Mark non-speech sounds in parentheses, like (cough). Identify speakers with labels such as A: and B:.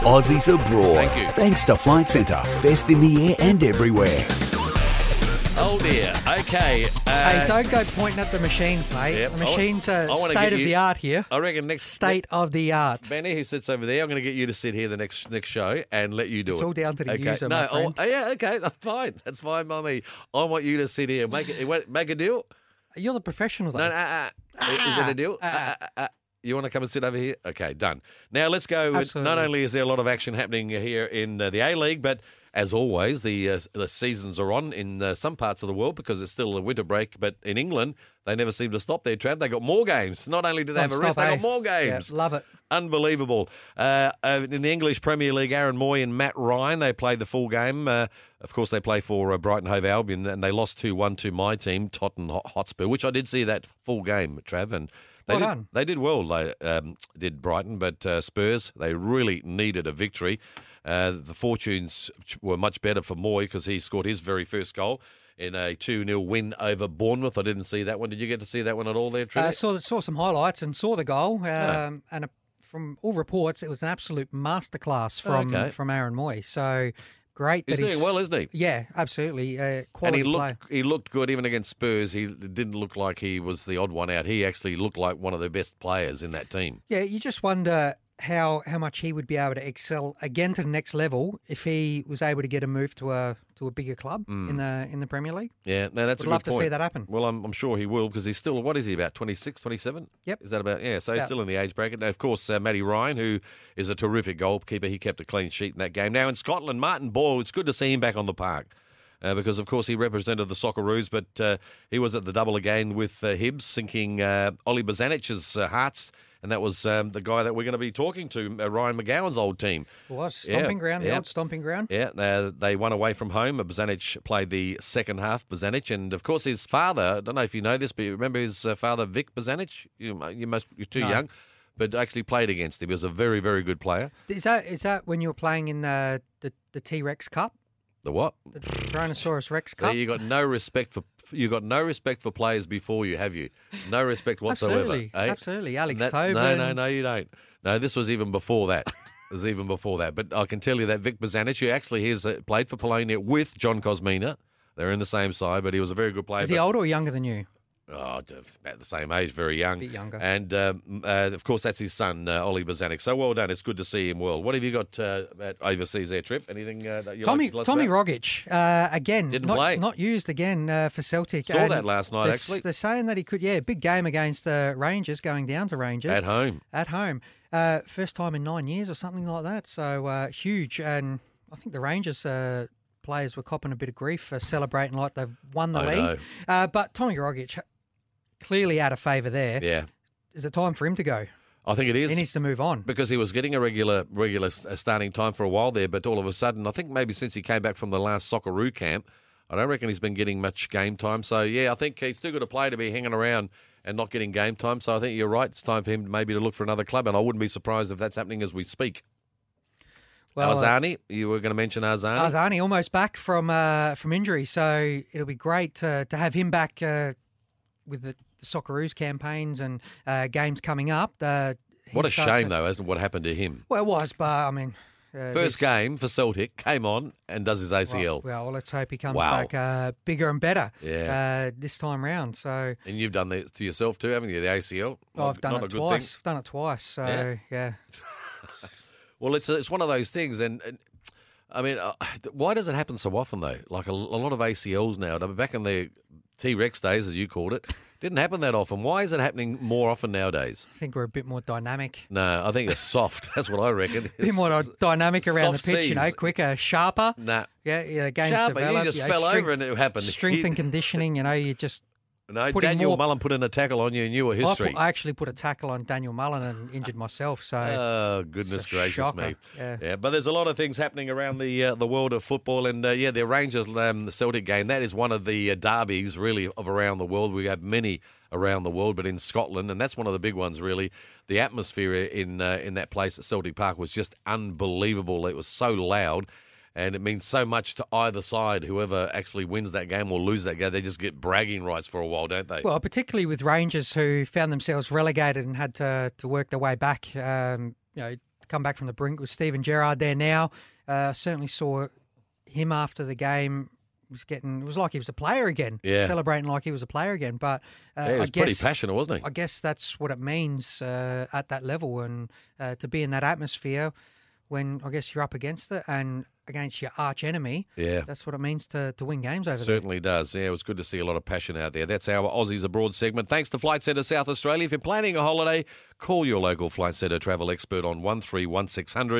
A: Aussies abroad.
B: Thank you.
A: Thanks to Flight Centre, best in the air and everywhere.
B: Oh dear. Okay.
C: Hey,
B: Uh,
C: don't go pointing at the machines, mate.
B: Yep,
C: the
B: I wa-
C: machines are
B: I wanna get
C: state of
B: you-
C: the art here.
B: I reckon next
C: State of the art.
B: Benny, who sits over there, I'm going to get you to sit here the next next show and let you do
C: It's
B: it.
C: all down to the
B: okay.
C: user,
B: No,
C: my
B: I-
C: friend.
B: oh, yeah, okay, (laughs) that's fine. That's fine, mummy. I want you to sit here. Make it. wait, Make a deal.
C: You're the professional, though.
B: No, no, uh, uh, is
C: "Ah,
B: it a deal? Uh, uh, uh, you want to come and sit over here? Okay, done. Now let's go. with- Not
C: Absolutely.
B: only is there a lot of action happening here in uh, the A League, but as always, the uh, s- the seasons are on in uh, some parts of the world because it's still a winter break. But in England, they never seem to stop their Trav. They got more games. Not only do they have a
C: Don't
B: rest,
C: stop,
B: they
C: eh?
B: got more games.
C: Yeah, love it.
B: Unbelievable. Uh, uh, in the English Premier League, Aaron Moy and Matt Ryan, they played the full game. Uh, of course, they play for uh, Brighton Hove Albion, and they lost 2 1 to my team, Tottenham Hot- Hotspur, which I did see that full game, Trav. And they,
C: Well
B: did,
C: done.
B: they did well, they, um, did Brighton, but uh, Spurs, they really needed a victory. Uh, the fortunes were much better for Moy because he scored his very first goal. In a 2 0 win over Bournemouth. I didn't see that one. Did you get to see that one at all there, Trav?
C: Uh, saw saw some highlights and saw the goal. Um, And a, from all reports, it was an absolute masterclass from
B: Oh, okay.
C: from Aaron Moy. So great
B: he's
C: that
B: doing well, isn't he?
C: Yeah, absolutely. Uh,
B: And
C: quality
B: he
C: play.
B: looked he looked good even against Spurs. He didn't look like he was the odd one out. He actually looked like one of the best players in that team.
C: Yeah, you just wonder how how much he would be able to excel again to the next level if he was able to get a move to a to a bigger club
B: Hmm.
C: in the in the Premier League.
B: Yeah, no, that's
C: Would
B: a good
C: love to see
B: point.
C: that happen.
B: Well, I'm, I'm sure he will because he's still what is he about 26, 27?
C: Yep.
B: Is that about yeah? So he's
C: About.
B: still in the age bracket. Now, of course, uh, Matty Ryan, who is a terrific goalkeeper, he kept a clean sheet in that game. Now in Scotland, Martin Boyle, it's good to see him back on the park. Uh, because of course he represented the Socceroos, but uh, he was at the double again with uh, Hibs, sinking uh, Ollie Bozanic's uh, hearts, and that was um, the guy that we're going to be talking to, uh, Ryan McGowan's old team.
C: It was
B: Yeah,
C: stomping ground, the
B: yeah.
C: old stomping ground.
B: Yeah, they, they won away from home. Bozanic played the second half, Bozanic. And of course, his father, I don't know if you know this, but you remember his uh, father, Vic Bozanic? You, mu- you must, you're too young, but actually played against him. He was a very, very good player.
C: Is that is that when you were playing in the the, the T Rex Cup,
B: The what?
C: the Tyrannosaurus Rex
B: So
C: Cup?
B: you got no respect for. You got no respect for players before you, have you? No respect whatsoever.
C: (laughs) Absolutely,
B: eh?
C: absolutely. Alex
B: That-
C: Tobin.
B: No, no, no, you don't. No, this was even before
C: (laughs)
B: that. It was even before that. But I can tell you that Vic Bozanic, who actually has uh, played for Polonia with John Cosmina, they're in the same side, but he was a very good player.
C: Is he
B: but-
C: older or younger than you?
B: Oh, d- about the same age, very young.
C: Bit younger.
B: And um, uh, of course, that's his son, uh, Ollie Bozanic. So well done. It's good to see him well. What have you got uh, about overseas air trip? Anything uh, that you
C: Tommy
B: like, like
C: Tommy
B: that?
C: Rogic uh, again
B: Didn't
C: not,
B: play.
C: not used again uh, for Celtic.
B: Saw
C: and
B: that last night,
C: they're,
B: actually.
C: they're saying that he could. Yeah, big game against uh, Rangers, going down to Rangers
B: At
C: (laughs)
B: home.
C: At home, uh, first time in nine years or something like that. So uh, huge, and I think the Rangers. Uh, Players were copping a bit of grief for celebrating like they've won the
B: I know.
C: league. Uh, but Tommy Rogic, clearly out of favour there. Is
B: Yeah.
C: it time for him to go?
B: I think it is.
C: He needs to move on.
B: because he was getting a regular regular s- uh, starting time for a while there, but all of a sudden, I think maybe since he came back from the last Socceroo camp, I don't reckon he's been getting much game time. So yeah, I think he's too good a player to be hanging around and not getting game time. So I think you're right. It's time for him maybe to look for another club, and I wouldn't be surprised if that's happening as we speak.
C: Well, uh,
B: Arzani, you were going to mention Arzani.
C: Arzani almost back from uh, from injury, so it'll be great to, to have him back uh, with the, the Socceroos campaigns and uh, games coming up. Uh, he
B: what a
C: starts
B: shame
C: at-
B: though, hasn't it, what happened to him?
C: Well, it was, but I mean, uh,
B: First
C: this-
B: game for Celtic came on and does his ACL,
C: Well, well, let's hope he comes
B: Wow.
C: back uh, bigger and better
B: Yeah.
C: uh, this time round. So
B: and you've done that to yourself too, haven't you? The ACL. Not-
C: Oh, I've done
B: not a
C: it
B: good thing.
C: twice. I've done it twice. So
B: Yeah.
C: yeah,
B: Well, it's it's one of those things, and, and I mean, uh, why does it happen so often though? Like a, a lot of ACLs now, I mean, back in the T Rex days, as you called it, didn't happen that often. Why is it happening more often nowadays?
C: I think we're a bit more dynamic.
B: No, I think it's soft. (laughs) That's what I reckon.
C: (laughs) A bit more dynamic around
B: soft
C: the pitch, you know,
B: seas.
C: quicker, sharper.
B: Nah.
C: Yeah, yeah, the game's
B: Sharper, you
C: developed.
B: just
C: know,
B: fell over
C: strength-
B: and it happened.
C: Strength
B: You-
C: and conditioning, you know, you just
B: No,
C: putting
B: Daniel
C: more- Oh,
B: Mullen put in a tackle on you, and you were
C: I,
B: history.
C: put- I actually put a tackle on Daniel Mullen and injured myself. So
B: Oh goodness gracious me!
C: shocker, yeah.
B: but there's a lot of things happening around the uh, the world of football, and uh, yeah, the Rangers um, the Celtic game that is one of the uh, derbies really of around the world. We have many around the world, but in Scotland, and that's one of the big ones really. The atmosphere in uh, in that place at Celtic Park was just unbelievable. It was so loud. And it means so much to either side. Whoever actually wins that game or lose that game, they just get bragging rights for a while, don't they?
C: well, particularly with Rangers who found themselves relegated and had to to work their way back. Um, you know, come back from the brink with Stephen Gerrard there now. Uh, certainly saw him after the game. Was getting it was like he was a player again.
B: Yeah.
C: celebrating like he was a player again. But uh,
B: Yeah, he
C: I
B: was pretty
C: guess-
B: passionate, wasn't he?
C: I guess that's what it means uh, at that level and uh, to be in that atmosphere when I guess you're up against it and against your arch enemy.
B: Yeah.
C: That's what it means to, to win games over there.
B: Certainly does. Yeah, it was good to see a lot of passion out there. That's our Aussies Abroad segment. Thanks to Flight Centre South Australia. If you're planning a holiday, call your local Flight Centre travel expert on 131600.